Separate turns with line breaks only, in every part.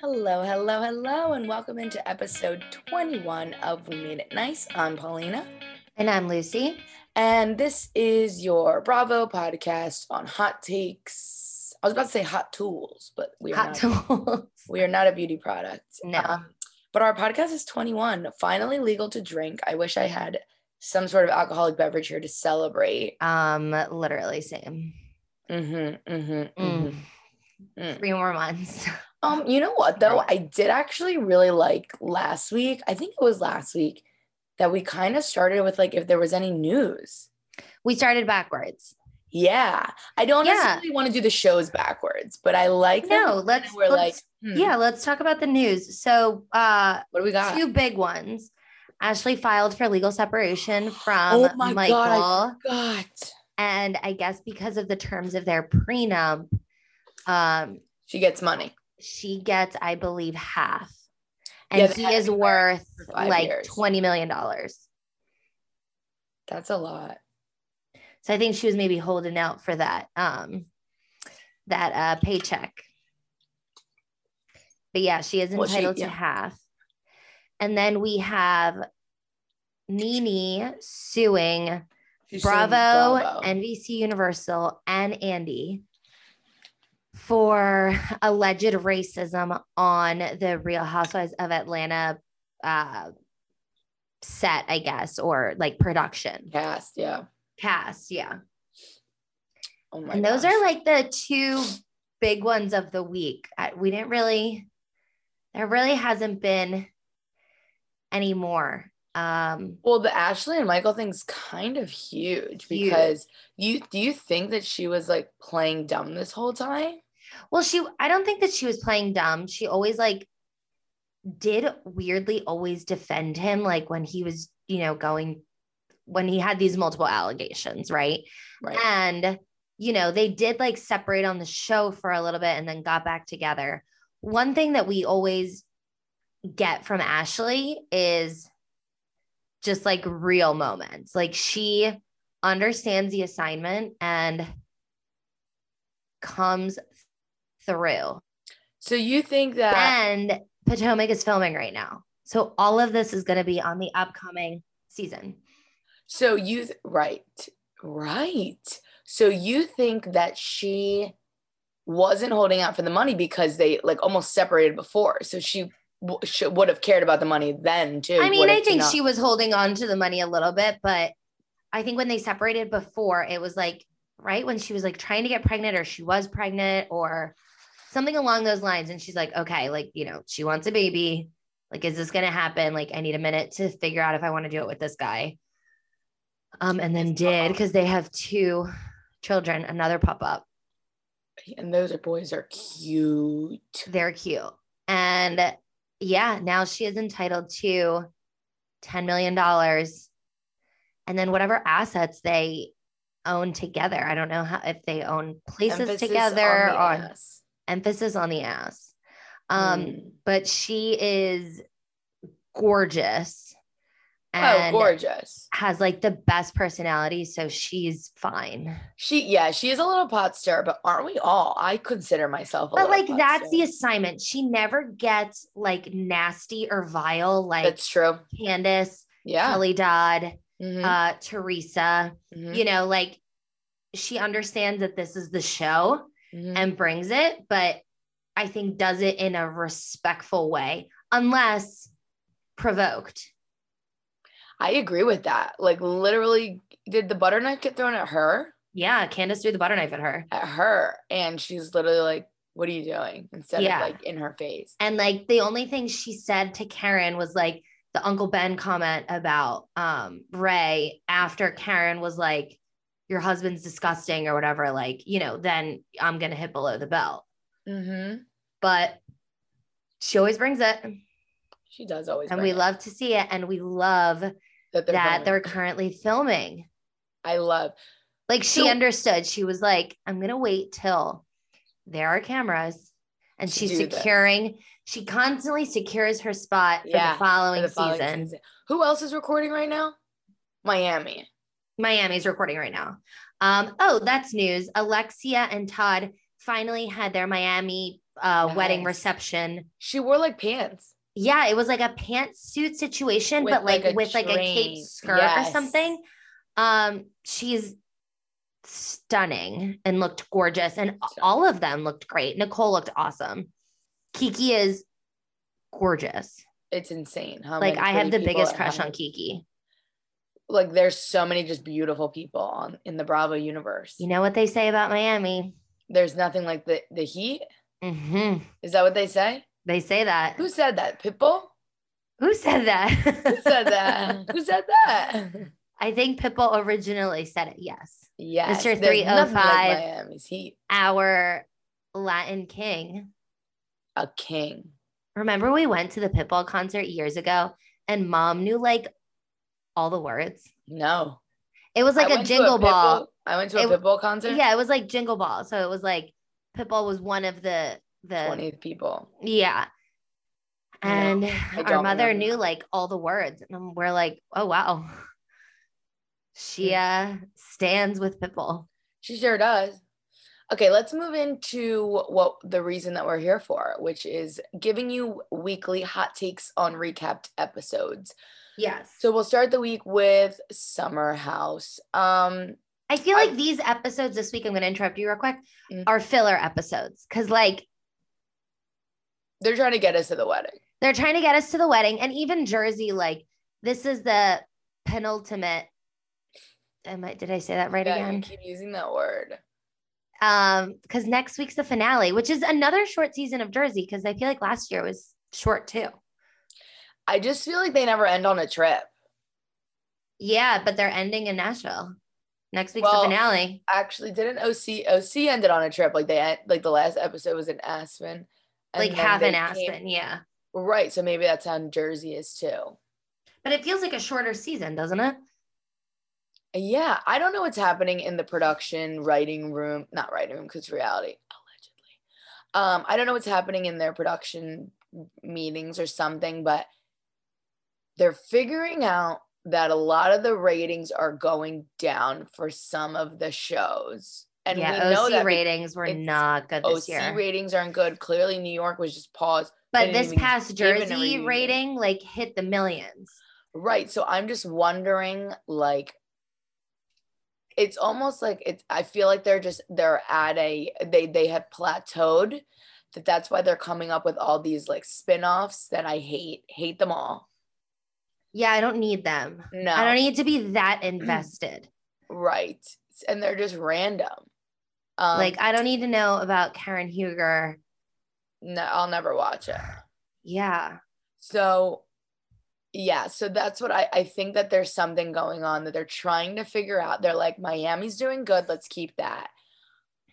Hello, hello, hello, and welcome into episode 21 of We Made It Nice. I'm Paulina,
And I'm Lucy.
and this is your Bravo podcast on hot takes. I was about to say hot tools, but we are,
Hot
not,
tools.
we are not a beauty product.
No.
but our podcast is 21, finally legal to drink. I wish I had some sort of alcoholic beverage here to celebrate.
Um, literally same.
Mm-hmm, mm-hmm, mm-hmm.
Mm.
Mm.
Three more months.
Um, you know what though? I did actually really like last week. I think it was last week that we kind of started with like if there was any news.
We started backwards.
Yeah. I don't
Yeah.
necessarily want to do the shows backwards, but I like that
No, let's
we're like,
let's-
hmm,
yeah, let's talk about the news. So uh
what do we got?
two big ones. Ashley filed for legal separation from
Oh my God, I-
Michael.
God.
And I guess because of the terms of their prenup, um,
She gets money.
she gets, I believe, half.
Yeah,
And
they
he
had
is
to fire
worth
for five
like
years.
$20 million.
That's a lot.
So I think she was maybe holding out for that um that uh paycheck. But yeah, she is
Well, she-
entitled
yeah.
to half. And then we have Nene suing
She's suing
Bravo, NBC Universal, and Andy for alleged racism on the Real Housewives of Atlanta uh, set, I guess, or like production
cast. Yeah.
cast. Yeah.
Oh my
And those
gosh.
are like the two big ones of the week. I- We didn't really, there really hasn't been any more. Um,
Well, the Ashley and Michael thing's kind of huge because you do you think that she was like playing dumb this whole time?
well, she, I don't think that she was playing dumb. She always like did weirdly always defend him, like when he was, you know, going, when he had these multiple allegations, right?
Right.
And, you know, they did like separate on the show for a little bit and then got back together. One thing that we always get from Ashley is just like real moments. Like she understands the assignment and comes through.
So you think that
And Potomac is filming right now. So all of this is going to be on the upcoming season.
so you th- right right so you think that she wasn't holding out for the money because they like almost separated before so she w- should, would have cared about the money then too
I mean,
would
I
have
think
not-
she was holding on to the money a little bit, but I think when they separated before, it was like right when she was like trying to get pregnant or she was pregnant or something along those lines. And she's like, okay, like, you know, she wants a baby. Like, is this going to happen? Like, I need a minute to figure out if I want to do it with this guy. Um, and then
His pop-up.
did because they have two children, another pop up.
and those are boys are cute
They're cute. And yeah, now she is entitled to $10 million and then whatever assets they own together. I don't know how, if they own places
Emphasis
together
the
on,
ass.
emphasis on the ass. Um,
Mm.
But she is gorgeous
oh
and
gorgeous
has like the best personality. So she's fine.
she yeah she is a little pot stir but aren't we all i consider myself a
But
little
like,
pot
that's the
stir.
assignment. She never gets like nasty or vile, like
that's true
Candace.
yeah
Kelly Dodd,
Mhm,
uh, Teresa,
mhm,
you know, like she understands that this is the show
mhm.
and brings it, but I think does it in a respectful way, unless provoked.
I agree with that. Like literally, did the butter knife get thrown at her?
Yeah, Candace threw the butter knife at her.
At her, and she's literally like, "What are you doing?" Instead
Yeah.
of like in her face.
And like the only thing she said to Karen was like the Uncle Ben comment about um Ray after Karen was like, Your husband's disgusting or whatever, like, you know, then I'm gonna hit below the belt.
Mm-hmm.
but she always brings it
She does always.
and
bring
we
up
love to see it and we love
that. They're
that
filming.
they're currently filming
I love.
like she
So-
understood she was like i'm gonna wait till there are cameras and
To
she's
do this.
securing she constantly secures her spot for
Yeah,
the
for
following,
for the following
season.
season. Who else is recording right now? Miami.
miami's recording right now um oh that's news alexia and todd finally had their miami uh, wedding
Nice.
reception.
She wore like pants.
Yeah, it was like a pantsuit situation,
With,
but like,
like, a
with like a
train.
cape skirt
Yes.
or something. Um, she's stunning and looked gorgeous, and all of them looked great. Nicole looked awesome. Kiki is gorgeous.
It's insane. How
like
many
I have the
pretty people
biggest
and how
crush on
many-
Kiki.
Like there's so many just beautiful people on in the Bravo universe.
You know what they say about Miami?
There's nothing like the the heat.
hmm
Is that what they say?
They say that.
Who said that? Pitbull?
Who said that?
Who said that? Who said that?
I think Pitbull originally said it. Yes.
Yes.
Mr.
there's nothing Like
305.
Miami's heat.
Our Latin king.
A king.
Remember we went to the Pitbull concert years ago and mom knew like all the words.
No.
It was like
I
a
went to
jingle
Pitbull-
ball.
I went to a
It-
Pitbull concert.
Yeah, it was like jingle ball. So it was like Pitbull was one of the the
20 people.
Yeah.
No,
And our
don't
mother
remember.
knew like all the words. And we're like, oh, wow. She uh,
Mm.
stands with Pitbull.
She sure does. Okay, let's move into what the reason that we're here for, which is giving you weekly hot takes on recapped episodes.
Yes.
So we'll start the week with Summer House. Um,
I feel
I-
like these episodes this week, I'm going to interrupt you real quick,
Mhm.
are filler episodes because like
they're trying to get us to the wedding.
they're trying to get us to the wedding. And even Jersey, like, this is the penultimate. Am I, did I say that right
Yeah, you
again?
keep using that word.
Um, because next week's the finale, which is another short season of Jersey, because I feel like last year was short too.
I just feel like they never end on a trip.
Yeah, but they're ending in Nashville. Next week's
Well-
the finale.
Actually, didn't OC OC ended on a trip? Like they en- like the last episode was in Aspen. and
Like
then
half
they
in
came-
Aspen, yeah.
right? So maybe that's how Jersey is too.
But it feels like a shorter season, doesn't it?
Yeah, I don't know what's happening in the production writing room, not writing room because reality allegedly. Um, I don't know what's happening in their production meetings or something, but they're figuring out that a lot of the ratings are going down for some of the shows, and
yeah,
we know
OC
that be-
ratings were
it's
not good this
OC
year.
Oh, ratings aren't good. Clearly, New York was just paused.
but
didn't
this
even
past
give an
Jersey
reunion.
rating like hit the millions.
Right. So I'm just wondering, like, it's almost like it's. I feel like they're just they're at a they they have plateaued. That that's why they're coming up with all these like spin-offs that I hate hate them all.
Yeah, I don't need them.
No,
I don't e need to be that invested.
right. And they're just random. Um,
like I don't need to know about Karen Huger.
no, I'll never watch it.
Yeah.
So yeah, so that's what I, I think that there's something going on that they're trying to figure out. They're like, Miami's doing good, let's keep that.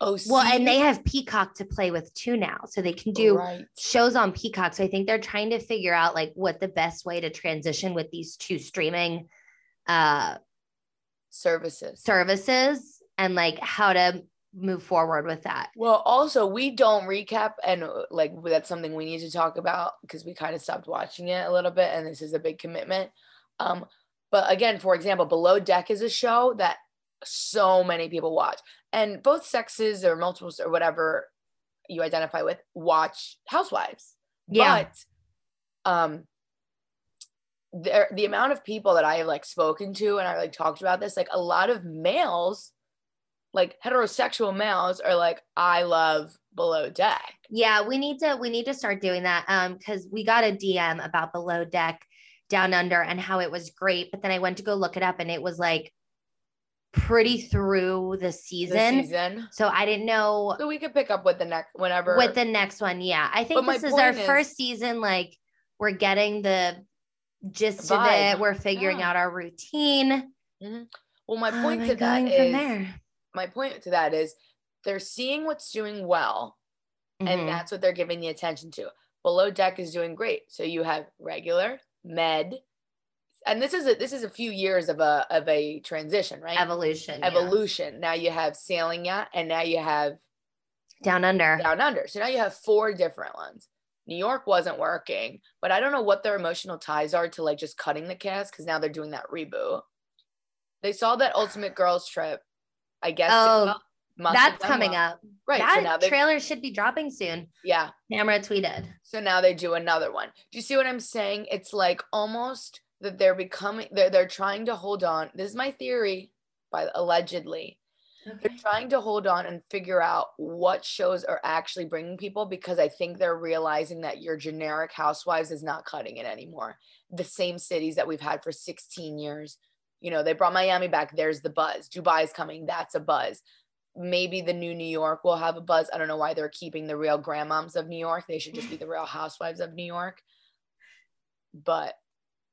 Oh,
Well, and they have Peacock to play with too now, so they can do
right.
shows on Peacock. So I think they're trying to figure out like what the best way to transition with these two streaming uh
services.
services and like how to move forward with that.
Well, also we don't recap, and uh, like that's something we need to talk about because we kind of stopped watching it a little bit, and this is a big commitment. Um, but again, for example, Below Deck is a show that so many people watch, and both sexes or multiples or whatever you identify with watch Housewives.
Yeah.
But um there the amount of people that I have like spoken to and I like talked about this, like a lot of males, like heterosexual males are like, I love below deck.
yeah, we need to we need to start doing that um cuz we got a DM about below deck down under and how it was great, but then I went to go look it up and it was like pretty through the
this
season.
season.
So I didn't know
So we could pick up with the next whenever
with the next one. Yeah. I think
But my
this is our
point is-
first season. Like we're getting the gist of
Vibe.
it. We're figuring
Yeah.
out our routine.
well my
Um,
point
and
to that
going
is
from there.
my point to that is they're seeing what's doing well
Mhm.
and that's what they're giving the attention to. Below deck is doing great. So you have regular, med, and this is a this is a few years of a of a transition, right?
evolution. yeah.
Evolution. Now you have sailing yacht, and now you have
Down under.
down under. So now you have four different ones. New York wasn't working, but I don't know what their emotional ties are to like just cutting the cast because now they're doing that reboot. They saw that Ultimate Girls Trip, I guess.
Oh,
well, Must have
That's
done
coming
well.
up.
Right. so now
that
they
trailer should be dropping soon.
yeah.
Tamara tweeted.
So now they do another one. Do you see what I'm saying? It's like almost that they're becoming they're they're trying to hold on. This is my theory by allegedly. They're trying to hold on and figure out what shows are actually bringing people because I think they're realizing that your generic housewives is not cutting it anymore. The same cities that we've had for 16 years. You know, they brought Miami back. There's the buzz. Dubai is coming. That's a buzz. Maybe the new New York will have a buzz. I don't know why they're keeping the real grandmoms of New York. They should just be the real housewives of New York. But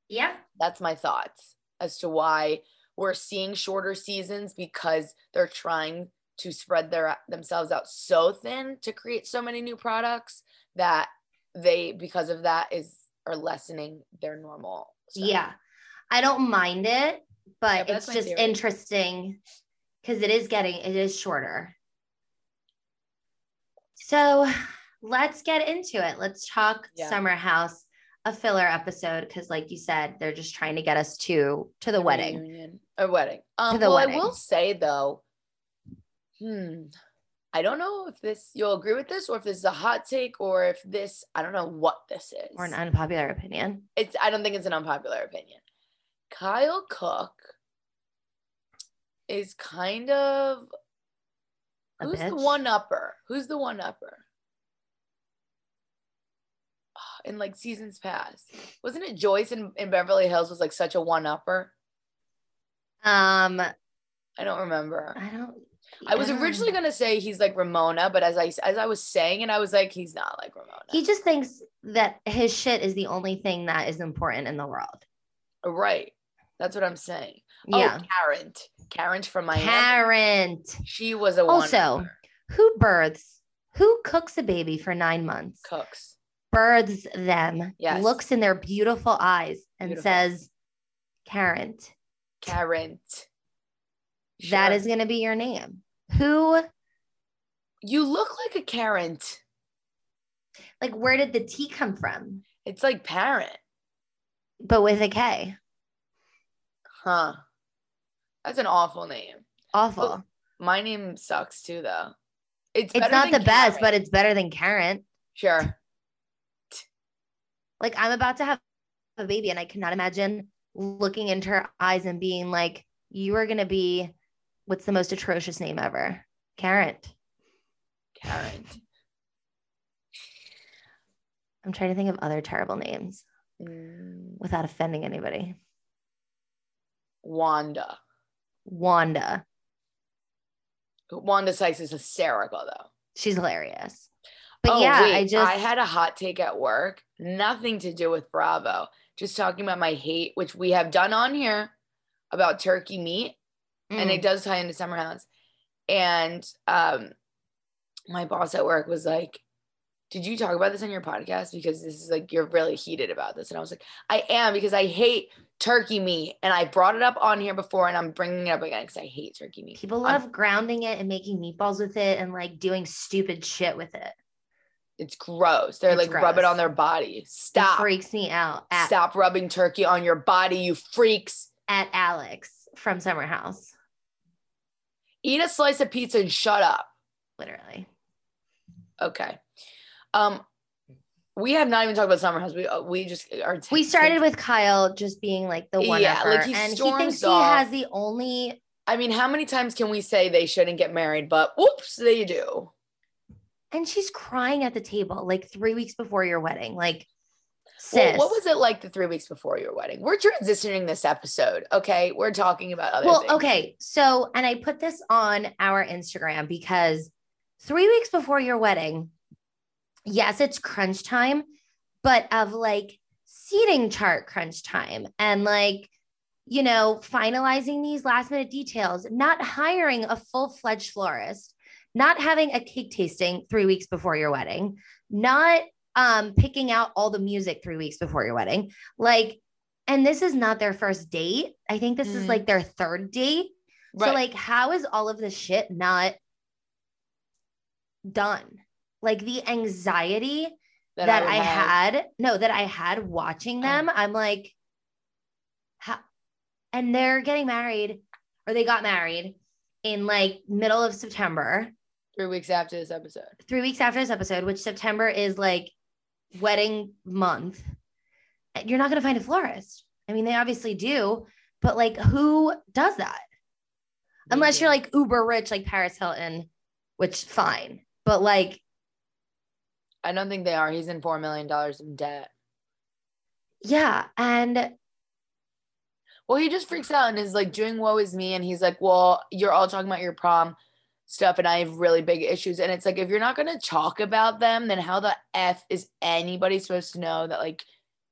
Yeah.
that's my thoughts as to why we're seeing shorter seasons because they're trying to spread their themselves out so thin to create so many new products that they because of that is are lessening their normal stuff.
Yeah. I don't mind it,
Yeah,
but
but
it's
that's my
just
theory.
interesting because it is getting, it is shorter. So let's get into it. Let's talk
Yeah.
Summer House, a filler episode. Cause like you said, they're just trying to get us to, to the wedding.
Reunion. a wedding um
the
well
wedding.
i will say though hmm i don't know if this you'll agree with this or if this is a hot take or if this i don't know what this is
Or an unpopular opinion.
it's I don't think it's an unpopular opinion. Kyle Cook is kind of
A
who's the
bitch?
one upper? Who's the one upper? In like seasons past, wasn't it Joyce in, in Beverly Hills was like such a one upper?
Um,
I don't remember.
I don't.
I was
don't
originally
know.
gonna say he's like Ramona, but as I as I was saying it, I was like he's not like Ramona.
He just thinks that his shit is the only thing that is important in the world.
right. That's what I'm saying.
Yeah.
Oh, Karen, Karen from Miami.
Karen.
She was a one.
Also,
upper.
Who births? Who cooks a baby for nine months?
cooks.
Births them,
Yes.
looks in their beautiful eyes and
Beautiful.
says, Karen,
Karen.
that
Sure.
is going to be your name. Who,
you look like a Karen.
like, where did the T come from?
It's like parent,
But with a K.
huh? That's an awful name.
Awful.
My name sucks too, though. It's
it's
better
not
than
the best, but
Karen.
it's better than Karen.
sure.
Like, I'm about to have a baby, and I cannot imagine looking into her eyes and being like, you are going to be what's the most atrocious name ever? Karen.
Karen.
I'm trying to think of other terrible names.
Mm,
without offending anybody.
Wanda.
Wanda,
Wanda Sykes is hysterical, though.
she's hilarious. But
Oh,
yeah,
wait,
I just
I had a hot take at work. Nothing to do with Bravo. Just talking about my hate, which we have done on here about turkey meat.
mm,
and it does tie into summer house and um my boss at work was like did you talk about this on your podcast because this is like you're really heated about this and i was like i am because i hate turkey meat and i brought it up on here before and i'm bringing it up again because i hate turkey meat
people
I'm-
love grounding it and making meatballs with it and like doing stupid shit with it.
it's gross they're
It's
like rub it
gross.
on their body
It
stop
freaks me out at,
stop rubbing turkey on your body you freaks
at Alex from Summer House,
eat a slice of pizza and shut up
literally.
okay um we have not even talked about summer house we uh, we just are
We started with Kyle just being like the one
Yeah,
yeah,
like, he
and he
storms
thinks
off.
he has the only
I mean, how many times can we say they shouldn't get married, but whoops, they do.
and she's crying at the table like three weeks before your wedding. Like
Well,
sis.
what was it like the three weeks before your wedding? We're transitioning this episode, okay? We're talking about other
Well,
things.
okay. So, and I put this on our Instagram because three weeks before your wedding, yes, it's crunch time, but of like seating chart crunch time and like, you know, finalizing these last minute details, not hiring a full fledged florist, not having a cake tasting three weeks before your wedding, not um, picking out all the music three weeks before your wedding. Like, and this is not their first date. I think this is
Mm.
like their third date. So, like, how is all of this shit not done? Like, the anxiety that,
would
I,
have.
had, Oh. no, that I had watching them, I'm like, how? and they're getting married or they got married in like middle of September,
Three weeks after this episode.
three weeks after this episode, which September is like wedding month, Eh, you're not going to find a florist. I mean, they obviously do, but like who does that? Unless you're like uber rich, like Paris Hilton, which fine, but like,
I don't think they are. He's in $4 million in debt.
yeah. And
Well, he just freaks out and is like doing woe is me. And he's like, well, you're all talking about your prom stuff. And I have really big issues. And it's like, if you're not going to talk about them, then how the F is anybody supposed to know that like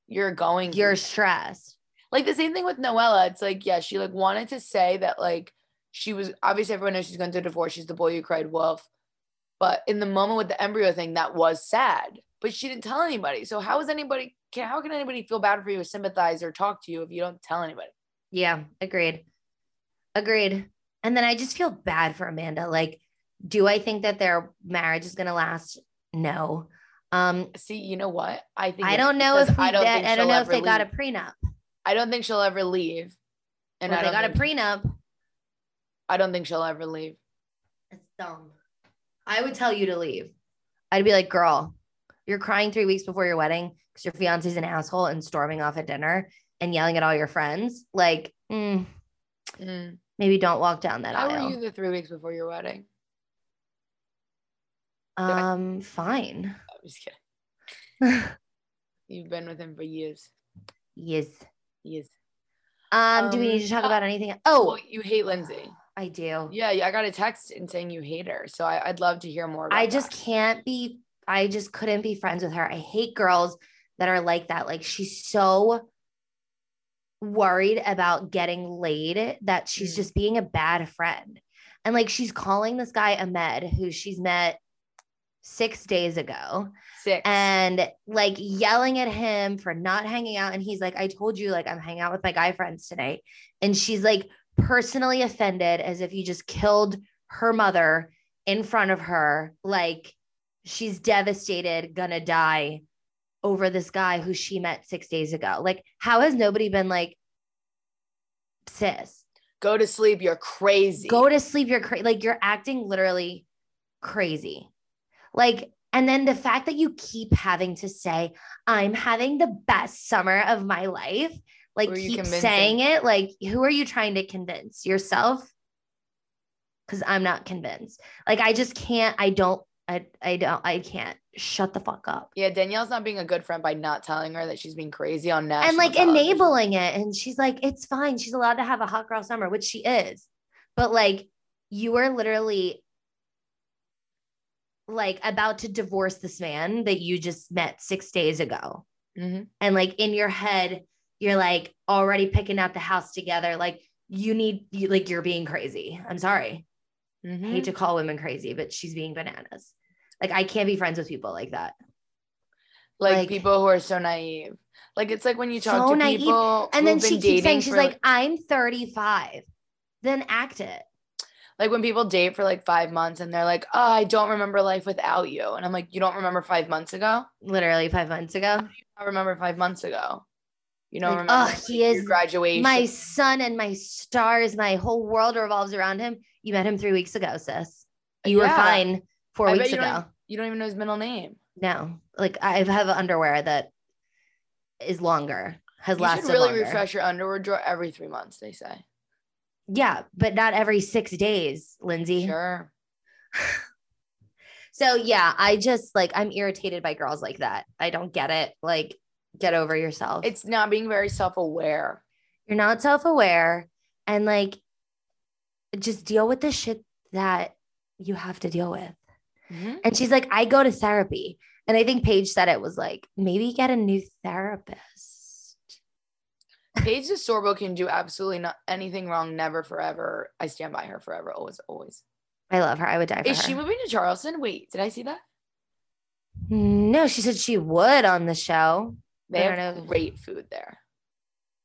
you're going through
you're stressed.
like the same thing with Noella. It's like, yeah, she like wanted to say that like she was obviously everyone knows she's going through a divorce. She's the boy who cried wolf. But in the moment with the embryo thing, that was sad. But she didn't tell anybody. So how is anybody can how can anybody feel bad for you or sympathize or talk to you if you don't tell anybody?
Yeah. Agreed. Agreed. And then I just feel bad for Amanda. Like, do I think that their marriage is going to last? No. Um,
See, you know what? I think
I
it's
don't know if
because
we, I don't, I
she'll
don't know if
ever
they got a
leave.
prenup.
I don't think she'll ever leave. And
And if
I
they
don't
got a
think,
prenup.
I don't think she'll ever leave.
It's dumb. I would tell you to leave. I'd be like, girl, you're crying three weeks before your wedding because your fiance's an asshole and storming off at dinner and yelling at all your friends. Like, mm,
Mm.
maybe don't walk down that
How
aisle.
were you the three weeks before your wedding?
um, fine.
I'm just kidding. You've been with him for years.
yes.
Years.
Um, do we
Um,
need to talk
uh,
about anything? Oh,
Well, you hate Lindsay.
I do.
Yeah, yeah, I got a text and saying you hate her. So I, I'd love to hear more. About
I just
that.
can't be, I just couldn't be friends with her. I hate girls that are like that. Like she's so worried about getting laid that she's
Mm.
just being a bad friend. And like she's calling this guy Ahmed, who she's met six days ago,
six.
and like yelling at him for not hanging out. And he's like, I told you, like, I'm hanging out with my guy friends tonight. And she's like personally offended as if you just killed her mother in front of her. Like, she's devastated, gonna die over this guy who she met six days ago. Like, how has nobody been like, sis,
go to sleep. You're crazy.
Go to sleep. You're cra- like you're acting literally crazy. Like, and then the fact that you keep having to say, "I'm having the best summer of my life," like
Who are you
keep
convincing?
saying it. Like, who are you trying to convince yourself? Because I'm not convinced. Like, I just can't. I don't. I. I don't. I can't. Shut the fuck up.
yeah, Danielle's not being a good friend by not telling her that she's being crazy on national.
and like
television.
enabling it. And she's like, it's fine. She's allowed to have a hot girl summer, which she is. But like, you are literally like about to divorce this man that you just met six days ago.
Mhm.
And like in your head, you're like already picking out the house together. Like, you need, you, like, you're being crazy. I'm sorry. I
Mhm.
hate to call women crazy, but she's being bananas. Like, I can't be friends with people like that.
Like,
like-
people who are so naive. Like it's like when you talk
So
to
naive.
people
And then
who've
she
been
keeps saying,
dating
she's
for-
like, I'm 35. Then act it.
like when people date for like five months and they're like, oh, I don't remember life without you, and I'm like, you don't remember five months ago?
literally five months ago.
I remember five months ago. You don't
Like,
remember
ugh,
like,
he
your
is
graduation.
My sun and my stars, my whole world revolves around him. You met him three weeks ago, sis. You were
Yeah.
fine four
I bet
weeks
you don't
ago.
even- You don't even know his middle name.
No, like I have underwear that is longer,
You
has
should
lasted
really
longer.
refresh your underwear drawer every three months, they say.
Yeah, but not every six days, Lindsay.
Sure.
So yeah, I just like I'm irritated by girls like that. I don't get it. Like, get over yourself.
It's not being very self aware.
you're not self-aware and like just deal with the shit that you have to deal with and she's like i go to therapy and i think paige said it was like maybe get a new therapist
Paige DeSorbo can do absolutely not anything wrong, never, forever. I stand by her forever, always, always.
i love her i would die for
Is she
her
moving to Charleston? Wait, did I see that?
no she said she would on the show
They
I don't
have
know.
great food there.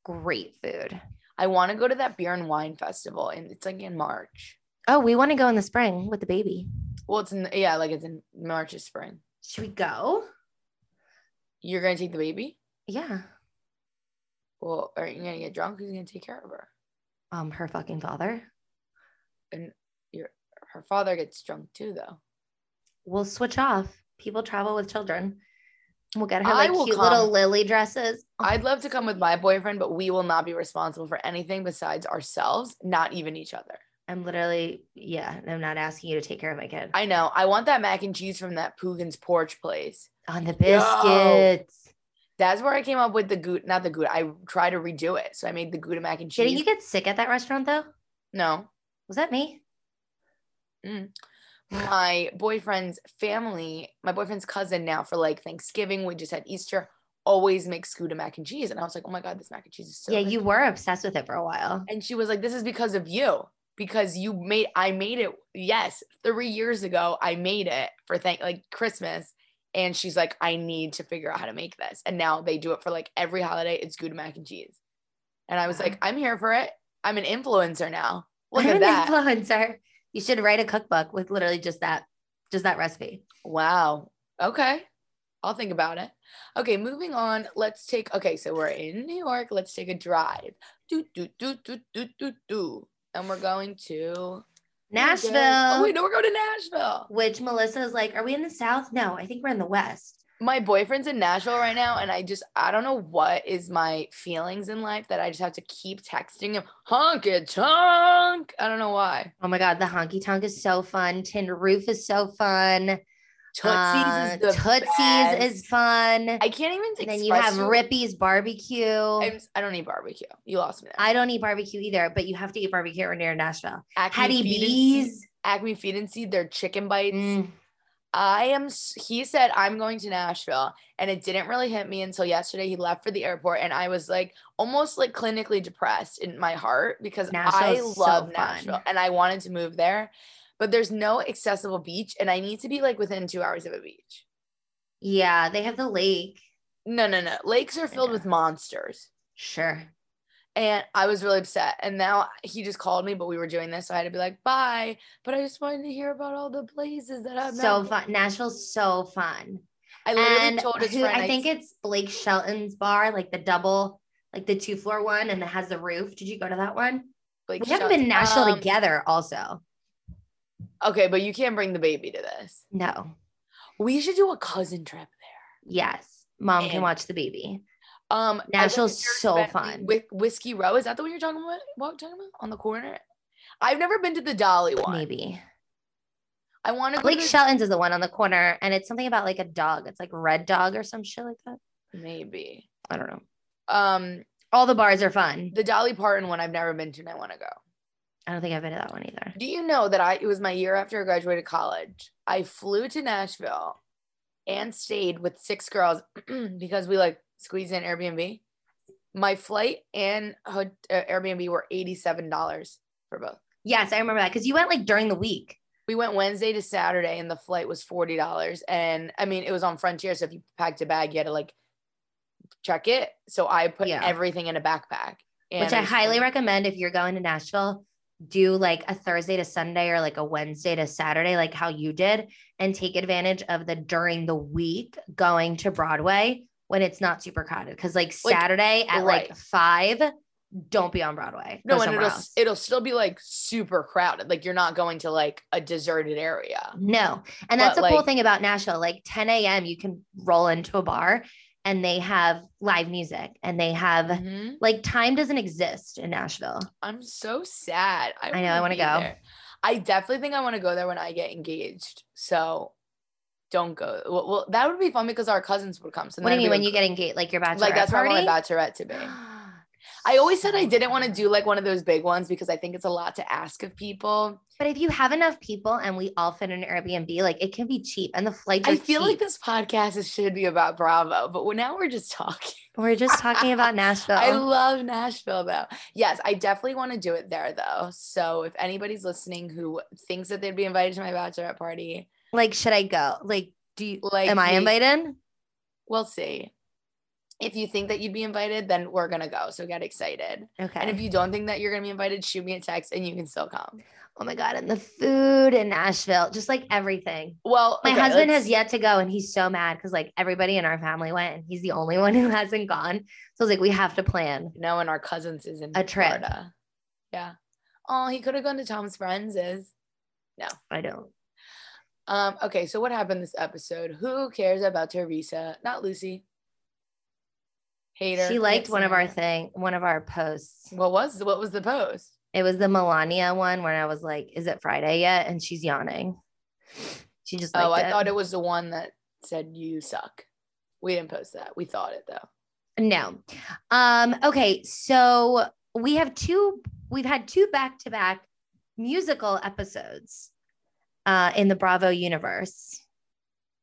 great food
I want to go to that beer and wine festival, and it's like in March.
oh we want to go in the spring with the baby
Well, it's in, yeah, like it's in March is spring.
should we go
You're going to take the baby?
yeah
Well, are you going to get drunk? Who's going to take care of her?
um her fucking father
her father gets drunk too, though.
We'll switch off. People travel with children. We'll get her
I
like
will
cute
come.
little lily dresses.
I'd love to come with my boyfriend, but we will not be responsible for anything besides ourselves, not even each other.
I'm literally, yeah, I'm not asking you to take care of my kid.
I know. I want that mac and cheese from that Poogan's porch place.
On the biscuits.
That's where I came up with the gouda, not the gouda. I tried to redo it. So I made the gouda mac and cheese.
Didn't you get sick at that restaurant though?
no. Mm.
Was that me?
My boyfriend's family, my boyfriend's cousin now for like Thanksgiving, we just had Easter, always makes gouda mac and cheese. And I was like, oh my God, this mac and cheese is so
yeah,
good."
you were obsessed with it for a while.
And she was like, "This is because of you, because you made I made it. Yes, three years ago, I made it for thank like Christmas." And she's like, "I need to figure out how to make this." And now they do it for like every holiday. It's gouda mac and cheese. And I was like, "I'm here for it. I'm an influencer now. Look
Uh-huh.
at
I'm an
that.
influencer. You should write a cookbook with literally just that, just that
Oh
recipe.
wow. Okay." I'll think about it. Okay, moving on. Let's take. Okay, so we're in New York. Let's take a drive. Do do do do do do do. And we're going to
Nashville.
Oh, wait, no, we're going to Nashville.
which Melissa is like, are we in the South? No, I think we're in the West.
My boyfriend's in Nashville right now, and I just I don't know what is my feelings in life that I just have to keep texting him honky tonk. I don't know why.
Oh my God, the honky tonk is so fun. Tin Roof is so fun.
Tootsies
Uh,
is the
Tootsie's
best.
is fun.
I can't even.
and then you have
express
Rippy's barbecue.
you- I'm, I don't eat barbecue. You lost me. There.
I don't eat barbecue either, but you have to eat barbecue when you're in Nashville.
Acme
Hattie
Feed and Seed-
B's.
Acme Feed and Seed. Their chicken bites.
Mm.
I am. s- He said I'm going to Nashville, and it didn't really hit me until yesterday. He left for the airport, and I was like almost like clinically depressed in my heart because I
Nashville's so
love
fun.
Nashville and I wanted to move there, but there's no accessible beach, and I need to be like within two hours of a beach.
Yeah, they have the lake.
No, no, no. Lakes are filled
Yeah.
with monsters.
Sure.
And I was really upset. And now he just called me, but we were doing this. So I had to be like, bye. But I just wanted to hear about all the places that I'm
so
not-
fun. Nashville's so fun.
Oh, I literally
And
told his
who-
friend,
I think it's Blake Shelton's bar, like the double, like the two floor one, and it has the roof. Did you go to that one?
like,
we haven't
shut-
been in Nashville
Um,
together, also.
Okay, but you can't bring the baby to this.
No.
We should do a cousin trip there.
Yes. Mom can
And-
watch the baby.
Um, I went
Nashville's
to Dirk
so
Bentley
fun.
Whi- Whiskey Row is that the one you're talking about? What talking about on the corner? I've never been to the Dolly one.
Maybe.
I want to go
Blake
to-
Shelton's is the one on the corner, and it's something about like a dog. It's like Red Dog or some shit like that.
maybe.
I don't know.
Um,
All the bars are fun.
the Dolly Parton one I've never been to, and I want to go.
I don't think I've been to that one either.
Do you know that I? It was my year after I graduated college. I flew to Nashville, and stayed with six girls because we like squeezed in Airbnb. My flight and ho- uh, Airbnb were eighty seven dollars for both.
Yes, I remember that because you went like during the week.
we went Wednesday to Saturday and the flight was forty dollars. And I mean, it was on Frontier, so if you packed a bag, you had to like check it. So I put
Yeah.
everything in a backpack, and
which I
was-
highly recommend if you're going to Nashville. Do like a Thursday to Sunday or like a Wednesday to Saturday, like how you did, and take advantage of the during the week going to Broadway when it's not super crowded. Cause like
Like,
Saturday at like
right.
five, don't be on Broadway.
No,
Go
and
somewhere
it'll
else.
it'll still be like super crowded. Like you're not going to like a deserted area.
No. And that's
But,
the cool
like-
thing about Nashville. Like 10 a.m., you can roll into a bar and they have live music and they have
Mhm.
like time doesn't exist in Nashville.
I'm so sad.
I know, I
wanna
wanna
be
go.
there. I definitely think I want to go there when I get engaged. So don't go. Well, well that would be fun because our cousins would come. So
what do
then
you
it'd
mean
be
when
like-
you get engaged? Like your bachelorette
like that's where I want
party?
my bachelorette to be. I always said I didn't want to do like one of those big ones because I think it's a lot to ask of people.
But if you have enough people and we all fit in an Airbnb, like it can be cheap and the flights. Are
I feel like
cheap.
this podcast is, should be about Bravo, but we're- now we're just talking.
we're just talking about Nashville.
I love Nashville though. Yes, I definitely want to do it there though. So if anybody's listening who thinks that they'd be invited to my bachelorette party,
like, should I go? Like, do you?
like
am I
we-
invited?
We'll see. If you think that you'd be invited, then we're gonna go. So get excited.
Okay.
And if you don't think that you're gonna be invited, shoot me a text and you can still come.
oh my god! And the food in Nashville, just like everything.
Well,
My
okay,
husband
let's-
has yet to go, and he's so mad because like everybody in our family went, and he's the only one who hasn't gone. So I was like, we have to plan.
No, and our cousins is in
A trip.
Florida. Yeah. Oh, he could have gone to Tom's friends. Is No.
I don't.
Um, okay, so what happened this episode? Who cares about Teresa? Not Lucy. Hater.
She liked one of our thing, one of our posts.
What was what was the post?
It was the Melania one where I was like, "Is it Friday yet?" And she's yawning. She just
Oh, I thought
it.
it was the one that said you suck. We didn't post that. We thought it though.
No. Um, okay, so we have two we've had two back-to-back musical episodes uh in the Bravo universe.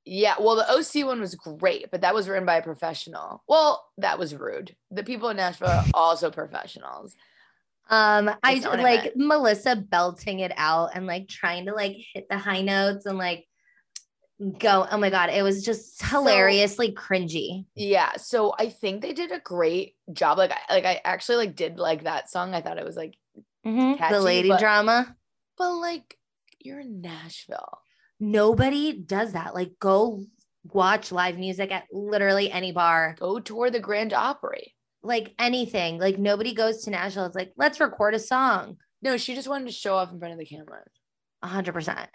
Yeah, well, the OC one was great, but that was written by a professional. Well, that was rude. The people in Nashville are also professionals.
Um I
That's not what I
like Melissa belting it out and like trying to like hit the high notes and like go. Oh my god, it was just hilariously cringy.
Yeah, so I think they did a great job. Like, I, like I actually like did like that song. I thought it was like, catchy,
the lady
but-
drama.
but like you're in Nashville.
Nobody does that. Like go watch live music at literally any bar.
Go tour the Grand Opry.
like anything. Like nobody goes to Nashville. It's like, let's record a song.
No, she just wanted to show off in front of the camera.
A hundred percent.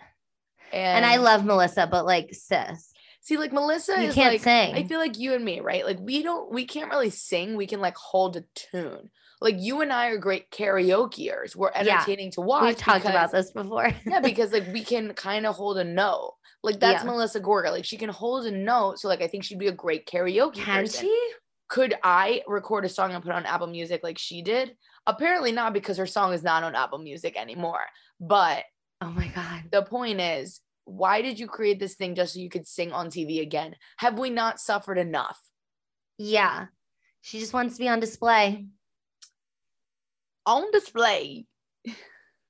And,
And I love Melissa, but like sis,
see like Melissa
you
is
can't
like
sing.
I feel like you and me, right? Like we don't we can't really sing. We can like hold a tune. Like you and I are great karaokeers. We're
Yeah.
entertaining to watch.
We've talked
because-
about this before.
yeah, because like we can kind of hold a note. Like that's
Yeah.
Melissa Gorga. Like she can hold a note. So like I think she'd be a great karaoke.
Can
person.
she?
Could I record a song and put it on Apple Music like she did? Apparently not because her song is not on Apple Music anymore. But
Oh my God.
the point is, why did you create this thing just so you could sing on TV again? Have we not suffered enough?
Yeah. She just wants to be on display.
On display.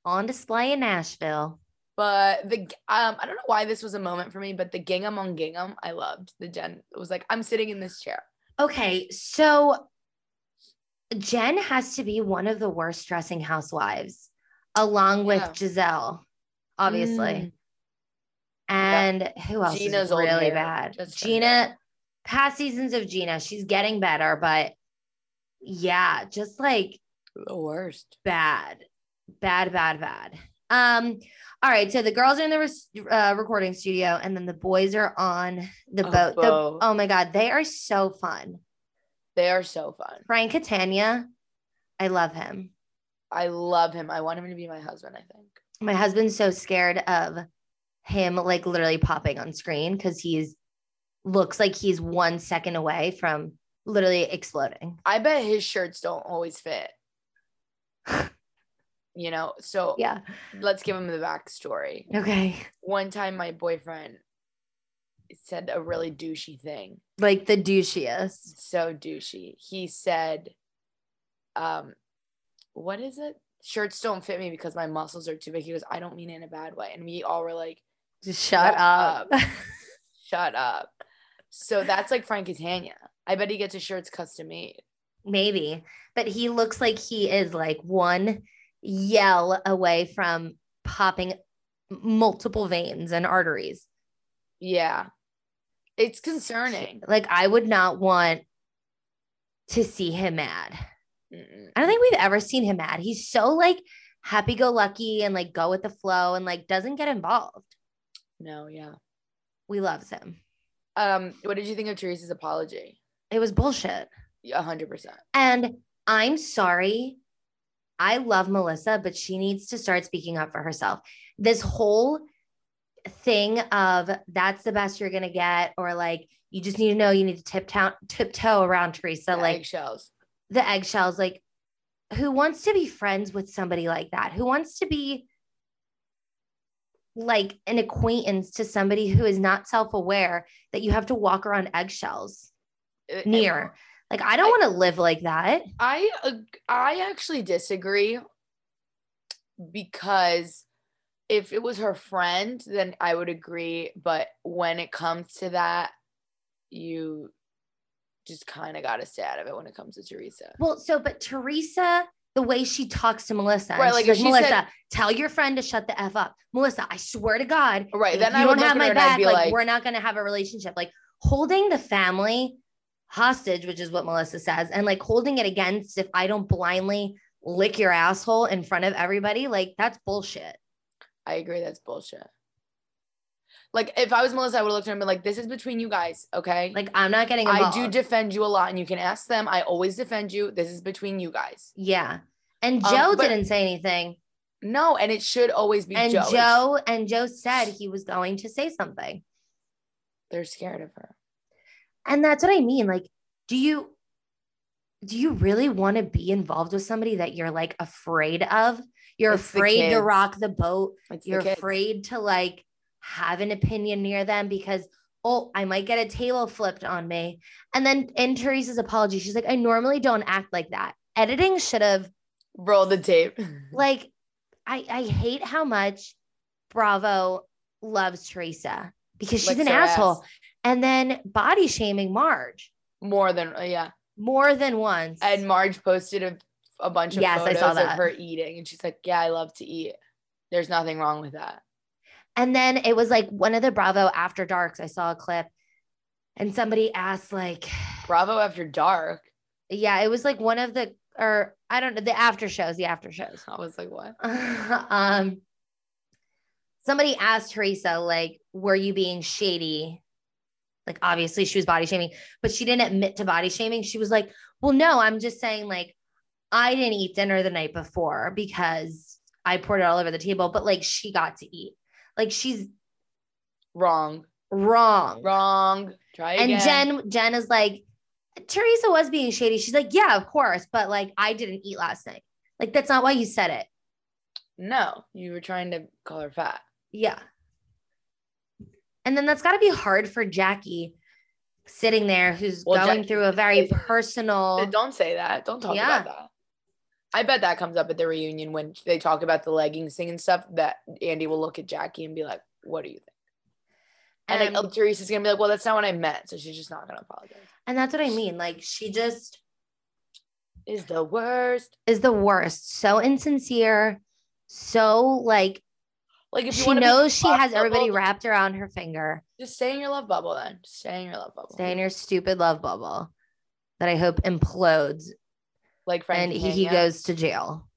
On display in Nashville.
But the um, I don't know why this was a moment for me, but the gingham on gingham, I loved. The Jen it was like, I'm sitting in this chair.
Okay. So Jen has to be one of the worst dressing housewives, along
Yeah. Mm.
with Giselle, obviously. And who else
Gina's
is
old
really
hair.
bad?
Just her
Gina, past seasons of Gina, she's getting better, but yeah, just like
Mm, the worst.
bad, bad, bad, bad. Um, all right. So the girls are in the res- uh, recording studio, and then the boys are on the
A
boat. The-
boat.
oh my god, they are so fun.
They are so fun.
Brian Catania, I love him.
I love him. I want him to be my husband, I think.
My husband's so scared of him like literally popping on screen because he's looks like he's one second away from literally exploding.
I bet his shirts don't always fit. you know, so
Yeah.
let's give him the backstory.
Okay.
one time my boyfriend said a really douchey thing.
Like the douchiest.
So douchey. He said, um, what is it? Shirts don't fit me because my muscles are too big. He goes, I don't mean it in a bad way. And we all were like,
Just shut
Shut
up.
shut up. So that's like Frank Catania. I bet he gets his shirts custom made.
Maybe. But he looks like he is like one yell away from popping m- multiple veins and arteries.
Yeah. It's concerning.
Like I would not want to see him mad.
Mm-mm.
I don't think we've ever seen him mad. He's so like happy go lucky and like go with the flow and like doesn't get involved.
No, yeah.
We loves him.
Um, what did you think of Teresa's apology?
It was bullshit.
A hundred percent.
And I'm sorry. I love Melissa, but she needs to start speaking up for herself. This whole thing of that's the best you're gonna get, or like you just need to know you need to tiptoe tiptoe around Teresa, like
eggshells.
the eggshells. Like, who wants to be friends with somebody like that? Who wants to be like an acquaintance to somebody who is not self aware that you have to walk around eggshells
It- it-
near? Like, I don't
I-
want to live like that.
I ag- I actually disagree because if it was her friend, then I would agree. But when it comes to that, you just kind of got to stay out of it when it comes to Teresa.
Well, so but Teresa, the way she talks to Melissa,
Right,
and
like,
she goes,
if she
Melissa,
said-
tell your friend to shut the f up. Melissa, I swear to God,
Right,
if
then
you
I would
don't
look at
have my
her and I'd
back.
be
Like,
like-
we're not gonna have a relationship. Like holding the family hostage, which is what Melissa says, and like holding it against if I don't blindly lick your asshole in front of everybody, like that's bullshit.
I agree. That's bullshit. Like if I was Melissa, I would have looked at her and been like, "This is between you guys, okay?"
Like I'm not getting
I
involved.
do defend you a lot, and you can ask them. I always defend you. This is between you guys.
yeah. And
Um,
Joe
but-
didn't say anything.
No, and it should always be
And
Joe. It's-
Joe and Joe said he was going to say something.
They're scared of her.
And that's what I mean. Like, do you do you really want to be involved with somebody that you're like afraid of? You're
It's the
afraid to
kids.
rock the boat.
It's
You're
the kid.
afraid to like have an opinion near them because oh, I might get a table flipped on me. And then in Teresa's apology, she's like, I normally don't act like that. Editing should have
Roll the tape.
like I I hate how much Bravo loves Teresa because she's
Licks
an
her ass.
asshole. And then body shaming Marge
More than yeah.
more than once.
And Marge posted a, a bunch of
Yes, I
photos
saw
of
that.
her eating, and she's like, "Yeah, I love to eat. There's nothing wrong with that."
And then it was like one of the Bravo After Darks. I saw a clip and somebody asked, like,
Bravo after dark.
yeah, it was like one of the, or I don't know, the after shows, the after shows.
I was like, "What?"
um, somebody asked Teresa, like, were you being shady? Like, obviously she was body shaming, but she didn't admit to body shaming. She was like, well, no, I'm just saying, like, I didn't eat dinner the night before because I poured it all over the table, but like, she got to eat. Like, she's
Wrong.
wrong.
Wrong. Try again.
And Jen, Jen is like, Teresa was being shady. She's like, yeah, of course, but like I didn't eat last night. Like that's not why you said it.
No, you were trying to call her fat.
Yeah. And then that's got to be hard for Jackie sitting there who's
Well,
going
Jackie
through a very
is-
personal.
Don't say that. Don't talk
Yeah.
about that. I bet that comes up at the reunion when they talk about the leggings thing and stuff. That Andy will look at Jackie and be like, "What do you think?" And like,
Um,
oh, Teresa's gonna be like, "Well, that's not what I meant," so she's just not gonna apologize.
and that's what I mean. Like she just
Is the worst.
is the worst. So insincere. So like
Like, if you
she
wanna be
knows she
love
has everybody
bubble,
wrapped around her finger.
Just stay in your love bubble, then. Just Stay in your love bubble.
Stay in your stupid love bubble that I hope implodes
like,
and
Frankie
he, he
Hania.
goes to jail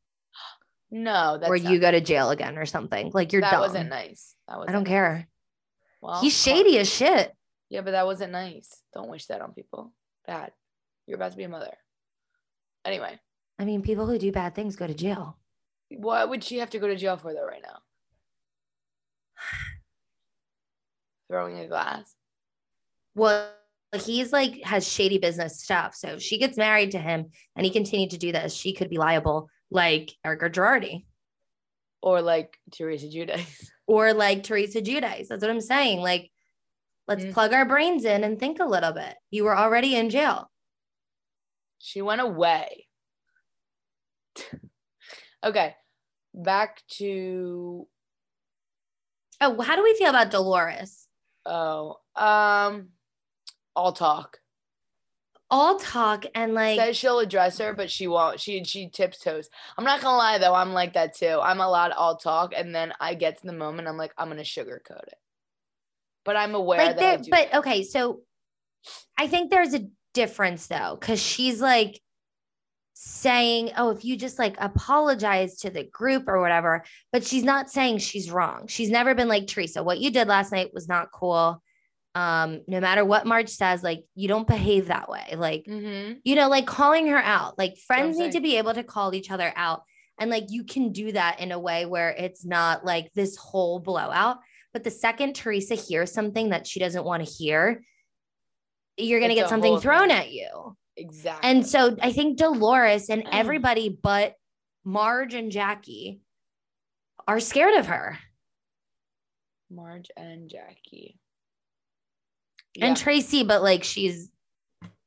"No, that's
or
not-
you go to jail again or something. Like you're
that
dumb.
wasn't nice. That was
I don't care.
Well,
He's
come on.
shady as shit.
Yeah, but that wasn't nice. Don't wish that on people. Bad. You're about to be a mother. Anyway,
I mean, people who do bad things go to jail.
what would she have to go to jail for though right now? Throwing a glass.
Well, he's like has shady business stuff. So if she gets married to him and he continued to do this, she could be liable, like Erica Girardi
Or like Teresa Judice.
or like Teresa Giudice. That's what I'm saying. Like, let's
Mm.
plug our brains in and think a little bit. You were already in jail.
She went away. okay. Back to
Oh, how do we feel about Dolores?
oh. Um all talk.
All talk and like
Says she'll address her, but she won't. She she tiptoes. I'm not gonna lie though, I'm like that too. I'm a lot all talk, and then I get to the moment, I'm like, I'm gonna sugarcoat it. But I'm aware
like
that. I
there,
do
but
that.
okay, so I think there's a difference though, because she's like saying, "Oh, if you just like apologize to the group or whatever," but she's not saying she's wrong. She's never been like Teresa. What you did last night was not cool. Um, no matter what Marge says, like you don't behave that way. Like
Mhm.
you know, like calling her out. Like
what I'm
friends need to
saying.
be able to call each other out. And like you can do that in a way where it's not like this whole blowout. But the second Teresa hears something that she doesn't want to hear, you're going to
It's
get
a
something
whole
thrown
thing.
at you.
exactly.
And so I think Dolores and
Mm.
everybody but Marge and Jackie are scared of her.
Marge and Jackie.
And
Yeah,
Tracy, but like she's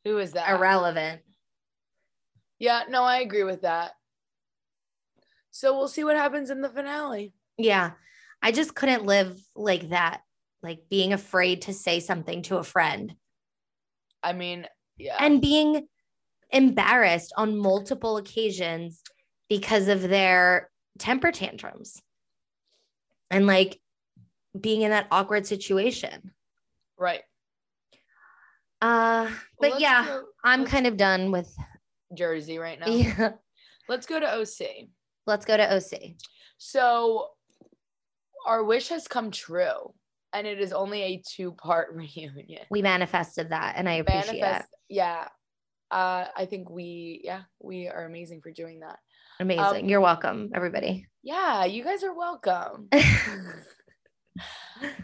who is that?
irrelevant.
Yeah, no, I agree with that. So we'll see what happens in the finale.
Yeah. I just couldn't live like that, like being afraid to say something to a friend.
I mean, yeah.
and being embarrassed on multiple occasions because of their temper tantrums and like being in that awkward situation.
right.
Uh, but
Let's
yeah,
go-
I'm
let's-
kind of done with.
Jersey right now.
Yeah.
Let's go to OC.
Let's go to OC.
So our wish has come true, and it is only a two-part reunion.
We manifested that, and I appreciate
Manifest, yeah. Uh, I think we, yeah, we are amazing for doing that.
it. Amazing.
um,
You're welcome, everybody.
Yeah, you guys are welcome.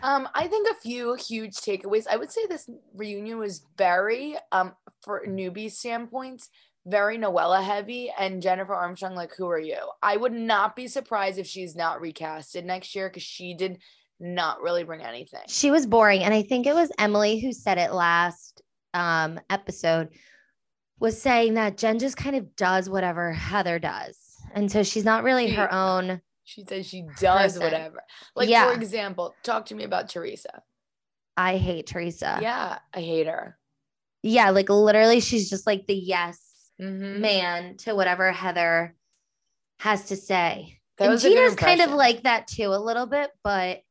Um, I think a few huge takeaways. I would say this reunion was very, um, for newbie standpoints, very Noella heavy and Jennifer Armstrong. Like, who are you? I would not be surprised if she's not recasted next year because she did not really bring anything.
she was boring, and I think it was Emily who said it last um, episode was saying that Jen just kind of does whatever Heather does, and so she's not really her own.
She says she does
Person.
whatever. Like,
Yeah.
for example, talk to me about Teresa.
I hate Teresa.
Yeah, I hate her.
yeah, like literally, she's just like the yes
Mhm.
man to whatever Heather has to say.
That
and
was a good
Gina's kind of
impression.
like that too, a little bit, but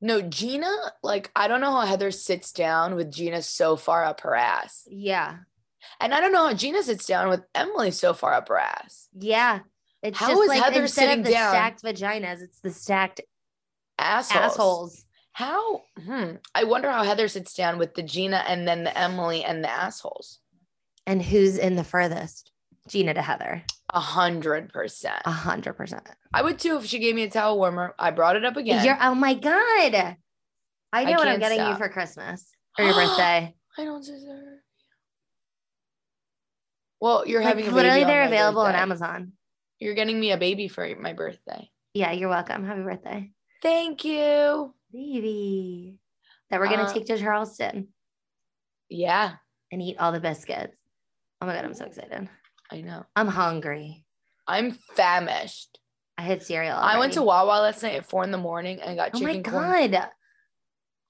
no Gina. Like, I don't know how Heather sits down with Gina so far up her ass.
yeah,
And I don't know how Gina sits down with Emily so far up her ass.
yeah. It's
How
just
is
like
Heather
instead
sitting
of the
down?
stacked vaginas, it's the stacked
Assholes.
assholes.
How? Hmm. I wonder how Heather sits down with the Gina and then the Emily and the assholes.
And who's in the furthest? Gina to Heather,
A hundred percent.
a hundred percent.
I would too if she gave me a towel warmer. I brought it up again.
You're oh my god! I know what
can't
I'm getting you
stop.
for Christmas or your birthday.
I don't deserve. Well, you're
Like,
having a
literally,
baby on
they're
my
available
birthday.
on Amazon.
You're getting me a baby for my birthday.
Yeah, you're welcome. Happy birthday,
Thank you.
baby. That we're gonna
Uh,
take to Charleston.
Yeah,
and eat all the biscuits. Oh my god, I'm so excited.
I know.
I'm hungry.
I'm famished.
I had cereal.
I went to
already.
Wawa last night at four in the morning and got
Oh my
chicken corn.
god,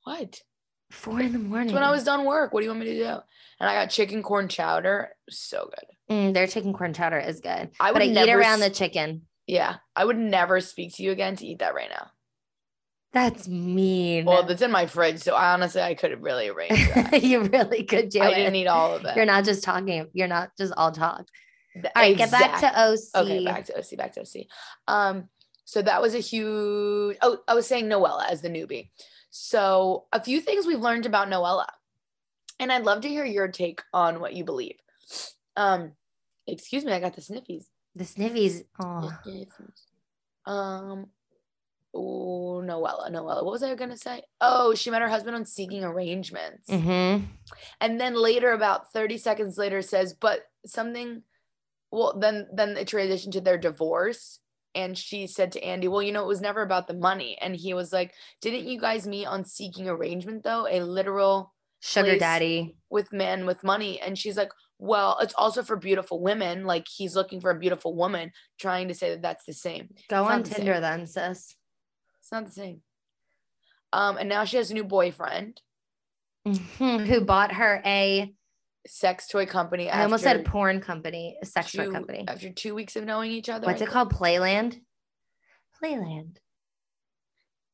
What?
four in the morning.
It's when I was done work. What do you want me to do? And I got chicken corn chowder. So good.
Mm, their chicken corn chowder is good,
I would
but I eat
never
around the
s-
chicken.
Yeah, I would never speak to you again to eat that right now.
That's mean.
Well, that's in my fridge, so I honestly I could really arrange that.
you really could do
I
it.
didn't eat all of it.
You're not just talking. You're not just all talk.
Th-
All right, get
exact-
back to OC.
okay. Back to OC. Back to OC. Um, so that was a huge. Oh, I was saying Noella as the newbie. So a few things we've learned about Noella, and I'd love to hear your take on what you believe. Um, excuse me, I got the sniffies.
the sniffies. Oh,
Um, oh, Noella, Noella. What was I gonna say? Oh, she met her husband on Seeking Arrangements,
mm-hmm.
and then later, about thirty seconds later, says, "But something." Well, then then it transitioned to their divorce, and she said to Andy, "Well, you know, it was never about the money," and he was like, "Didn't you guys meet on Seeking Arrangement though? A literal."
sugar
Please.
daddy.
with men with money and she's like well it's also for beautiful women like he's looking for a beautiful woman trying to say that that's the same
Go
It's
on
not the same.
Tinder then, sis.
it's not the same um and now she has a new boyfriend
Mhm. Who bought her a?
sex toy company
I almost said
Mm-hmm. after
porn company, a sex toy
two-
company.
after two weeks of knowing each other
What's
I
it called? Playland. Playland.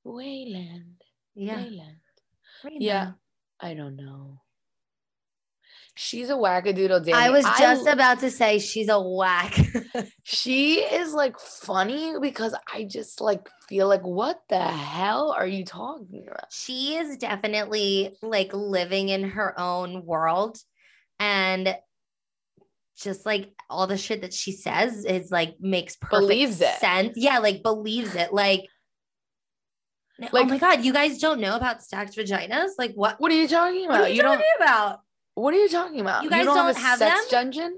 go, wayland
Yeah.
wayland
Yeah.
i don't know she's a wackadoodle dandy
I was just
a-
about to say she's a whack.
she is like funny because i just like feel like what the hell are you talking about
she is definitely like living in her own world and just like all the shit that she says is like makes perfect
Believes it.
sense. Yeah, like believes it. Like, oh
Like-
my god, you guys don't know about stacked vaginas? Like what?
what are you talking about
What are you, talking about?
What are you talking about?
You guys
have,
don't
a
have
sex
them?
dungeon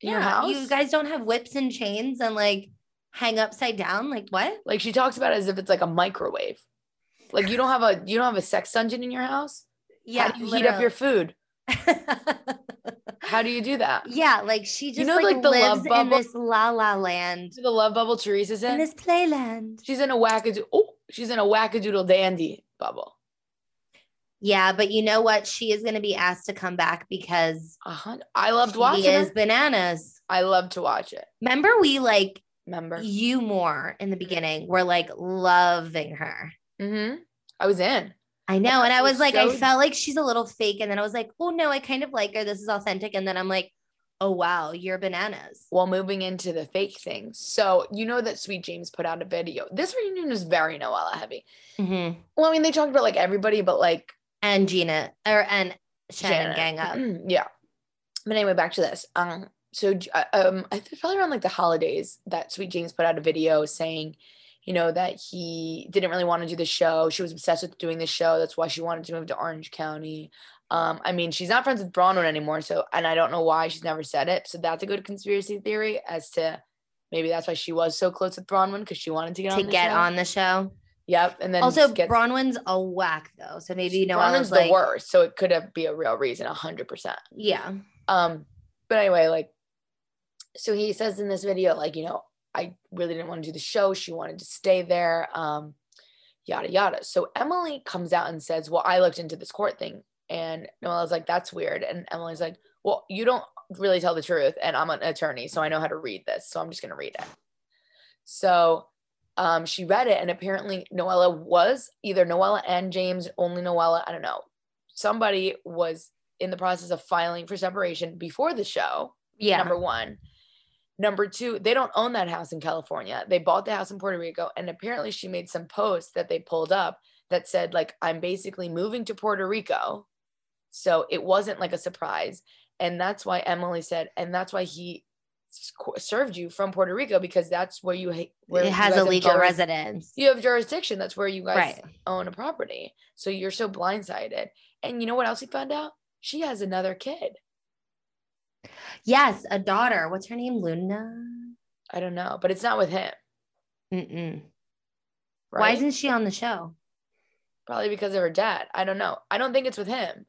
in your house.
you guys don't have whips and chains and like hang upside down. Like what?
like she talks about it as if it's like a microwave. Like you don't have a you don't have a sex dungeon in your house.
Yeah,
How do you heat up your food? How do you do that?
yeah, like she just
know,
like,
like, the love
lives in
bubble?
this la la land,
To the love bubble Teresa's
in
in.
this playland.
she's in a wackadoodle. Oh, she's in a wackadoodle dandy bubble.
Yeah, but you know what? She is going to be asked to come back because
A hun- I loved
she
watching
is
it.
bananas.
I love to watch it.
Remember, we like
Remember?
you more in the beginning. We're like loving her.
hmm I was in.
I know. And I
was
was like, I
so-
felt like she's a little fake. And then I was like, oh no, I kind of like her. This is authentic. And then I'm like, oh wow, you're bananas.
while moving into the fake thing. So you know that Sweet James put out a video. This reunion was very Noella heavy.
Mm-hmm.
Well, I mean, they talked about like everybody, but like
And Gina or and Shannon
Janet.
gang up.
yeah. But anyway, back to this. Um, so J- uh, um, I think probably around like the holidays that Sweet James put out a video saying, you know, that he didn't really want to do the show. She was obsessed with doing the show. That's why she wanted to move to Orange County. Um, I mean, she's not friends with Bronwyn anymore, so and I don't know why she's never said it. So that's a good conspiracy theory as to maybe that's why she was so close with Bronwyn because she wanted to get
To
on the
get
show.
on the show.
Yep, and then
also,
gets-
Bronwyn's a whack though, so maybe you know I
Bronwyn's
was
the
like,
worst, so it could have be a real reason, hundred percent.
yeah,
Um, but anyway, like, so he says in this video, like, you know, I really didn't want to do the show. She wanted to stay there. Um, yada yada. So Emily comes out and says, "Well, I looked into this court thing," and Noella's like, "That's weird." And Emily's like, "Well, you don't really tell the truth, and I'm an attorney, so I know how to read this, so I'm just gonna read it." So. Um, she read it and apparently Noella was either Noella and James, only Noella, I don't know. Somebody was in the process of filing for separation before the show.
yeah,
Number one. Number two, they don't own that house in California. They bought the house in Puerto Rico. And apparently she made some posts that they pulled up that said, like, I'm basically moving to Puerto Rico. So it wasn't like a surprise. And that's why Emily said, and that's why he s- qu- served you from Puerto Rico because that's where you ha- where
it
you
has
guys
a
have
legal
juris-
residence,
You have jurisdiction. That's where you guys
right?
own a property. So you're so blindsided. And you know what else he found out? She has another kid.
Yes, a daughter. What's her name? Luna.
I don't know, but it's not with him.
Mm-mm.
Right?
Why isn't she on the show?
Probably because of her dad. I don't know. I don't think it's with him.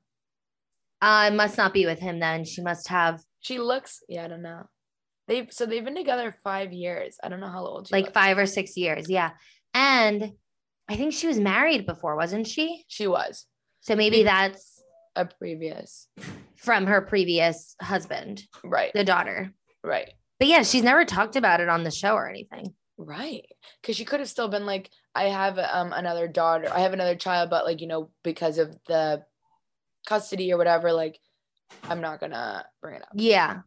Uh, it must not be with him then. She must have
She looks. Yeah, I don't know. They've so they've been together five years. I don't know how old. She
like
looks.
five or six years. Yeah. And I think she was married before, wasn't she?
She was
So maybe
Be-
that's
a previous.
from her previous husband,
Right.
the daughter.
Right.
But yeah, she's never talked about it on the show or anything.
Right. Because she could have still been like, I have um another daughter. I have another child, but like you know because of the custody or whatever, like I'm not gonna bring it up.
Yeah.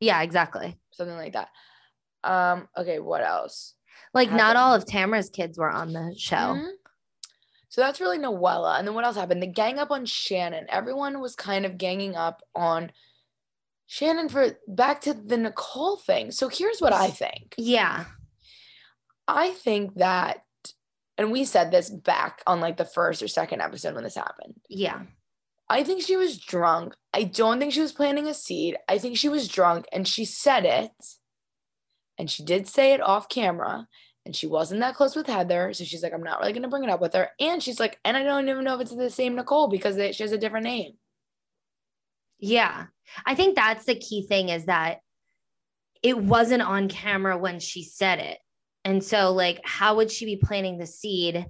Yeah, exactly.
something like that. Um, okay, what else?
Like
Has
not
it-
all of Tamara's kids were on the show.
Mhm. So that's really Noella. And then what else happened? The gang up on Shannon. Everyone was kind of ganging up on Shannon for back to the Nicole thing. So here's what I think.
Yeah.
I think that and we said this back on like the first or second episode when this happened.
Yeah.
I think she was drunk. I don't think she was planting a seed. I think she was drunk and she said it. And she did say it off camera. And she wasn't that close with Heather. So she's like, I'm not really going to bring it up with her. And she's like, and I don't even know if it's the same Nicole because they, she has a different name.
Yeah. I think that's the key thing is that it wasn't on camera when she said it. And so, like, how would she be planting the seed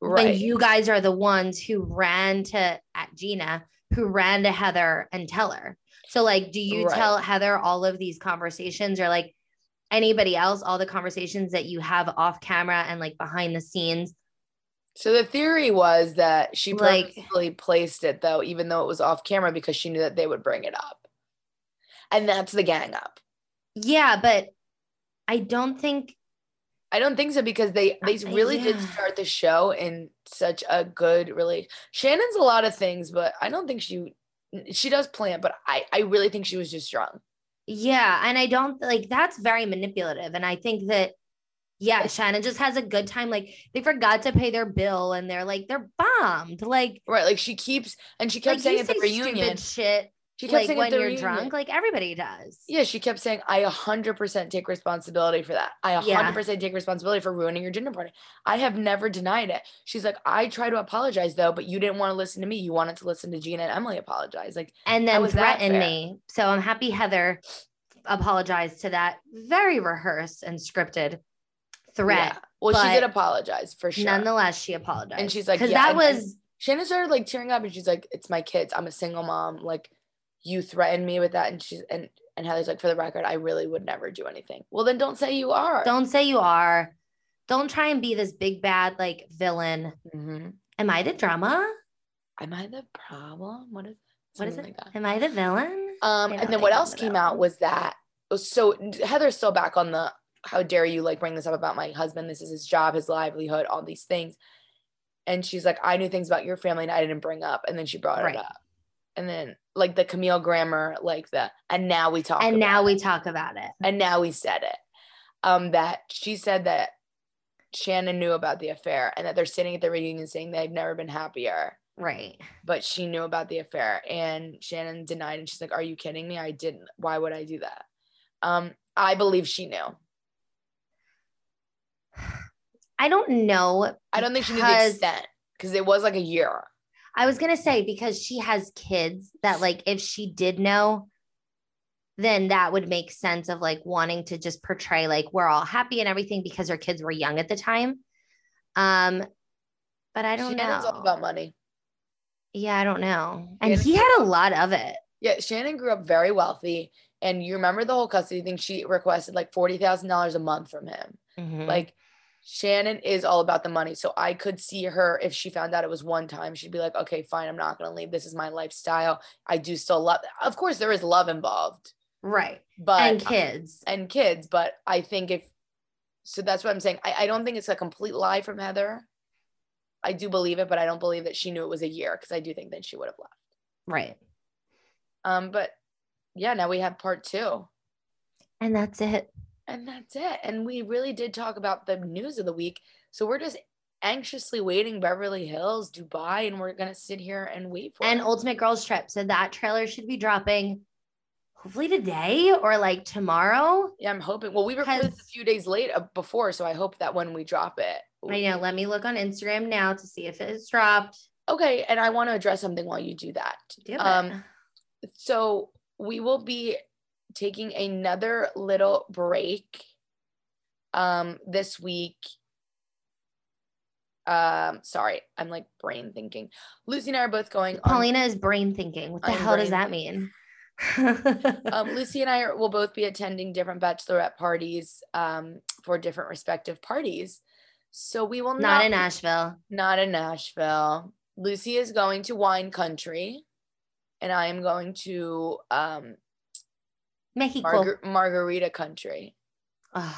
when
Right.
you guys are the ones who ran to at Gina, who ran to Heather and tell her? So, like, do you
Right.
tell Heather all of these conversations or like anybody else, all the conversations that you have off camera and like behind the scenes?
so the theory was that she
Like-
purposefully placed it, though, even though it was off camera because she knew that they would bring it up. And that's the gang up.
Yeah, but I don't think,
I don't think so because they they
Uh,
really did
yeah.
start the show in such a good really Shannon's a lot of things, but I don't think she she does plan, but I I really think she was just drunk.
yeah. And I don't like that's very manipulative. And I think that yeah, Shannon just has a good time. Like they forgot to pay their bill and they're like, they're bombed. Like,
Right. Like she keeps and she kept
like
saying
you
at the
say
reunion.
stupid shit
She kept
like
saying
when
at the
you're
reunion.
drunk. Like everybody does.
Yeah, she kept saying, I 100% take responsibility for that. I
Yeah.
100% take responsibility for ruining your dinner party. I have never denied it. She's like, I try to apologize though, but you didn't want to listen to me. You wanted to listen to Gina and Emily apologize. Like,
And then
was that
threatened
fair?
me. So I'm happy Heather apologized to that very rehearsed and scripted threat.
yeah. Well, she did
but
apologize for sure.
Nonetheless, she apologized.
she's like,
because
yeah,
that
and- and-
was
Shannon started like tearing up and she's like, It's my kids. I'm a single mom. Like, you threatened me with that. And she's and and Heather's like, for the record, I really would never do anything. Well, then don't say you are.
Don't say you are. Don't try and be this big bad like villain.
Mhm.
Am I the drama?
Am I the problem? What is
What is
something
it?
like that?
Am I the villain?
Um,
I know,
and
I
then what
don't
else
know.
came out was that oh, so Heather's still back on the how dare you like bring this up about my husband? This is his job, his livelihood, all these things. And she's like, I knew things about your family and I didn't bring up. And then she brought
Right.
it up. And then like the Camille grammar, like the and now we talk.
and
about
now
it.
we talk about it.
and now we said it. Um, that she said that Shannon knew about the affair and that they're sitting at the reunion saying they've never been happier
Right.
but she knew about the affair and Shannon denied and she's like, Are you kidding me? I didn't. Why would I do that? Um, I believe she knew.
I don't know.
I don't think she knew the
because-
extent because it was like a year.
I was gonna say because she has kids that like if she did know, then that would make sense of like wanting to just portray like we're all happy and everything because her kids were young at the time. Um, but I don't know.
Shannon's all about money.
yeah, I don't know. And
Yeah,
he had a lot of it.
Yeah, Shannon grew up very wealthy. And you remember the whole custody thing. She requested like forty thousand dollars a month from him.
Like
Like Shannon is all about the money. So I could see her if she found out it was one time, she'd be like, Okay, fine, I'm not gonna leave. This is my lifestyle. I do still love of course there is love involved,
right
but um,
and kids.
and kids, but I think if so, that's what I'm saying. I, I don't think it's a complete lie from Heather. I do believe it, but I don't believe that she knew it was a year because I do think that she would have left.
Right.
Um, but yeah, now we have part two,
And that's it.
and that's it. And we really did talk about the news of the week, so we're just anxiously waiting Beverly Hills, Dubai, and we're gonna sit here and wait for
And
it.
Ultimate Girls Trip. So that trailer should be dropping hopefully today or like tomorrow.
Yeah, I'm hoping. Well, we recorded this a
Has-
few days late uh, before, so I hope that when we drop it,
I know. Let me look on Instagram now to see if it's dropped.
Okay, and I want to address something while you do that.
Do it.
Um, so we will be taking another little break um this week um sorry i'm like brain thinking lucy and i are both going on
Paulina is brain thinking. What the
I'm
hell does
brain
that mean?
um, lucy and i are, will both be attending different bachelorette parties um for different respective parties so we will not
Not in Nashville.
not in Nashville. Lucy is going to wine country, and I am going to um,
Mexico.
margar- margarita country.
Ugh,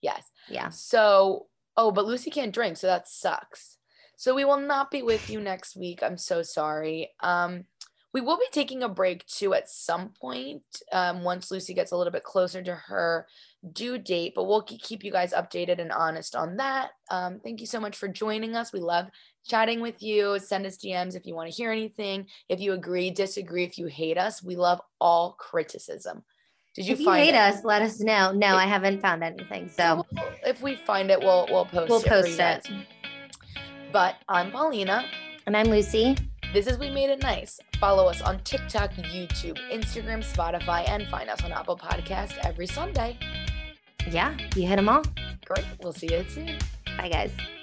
Yes.
yeah.
So, oh, but Lucy can't drink, so that sucks. So we will not be with you next week. I'm so sorry. Um, we will be taking a break too at some point um, once Lucy gets a little bit closer to her due date, but we'll ke- keep you guys updated and honest on that. Um, thank you so much for joining us. We love chatting with you. Send us DMs if you want to hear anything. If you agree, disagree, if you hate us, we love all criticism. Did you
if you
find
hate
it?
us, let us know. No, I haven't found anything. So
we'll- if we find it, we'll we'll post
We'll
it. for
post
you guys. But I'm Paulina.
and I'm Lucy.
This is We Made It Nice. Follow us on TikTok, YouTube, Instagram, Spotify, and find us on Apple Podcasts every Sunday.
Yeah, you hit them all.
Great. We'll see you soon.
Bye guys.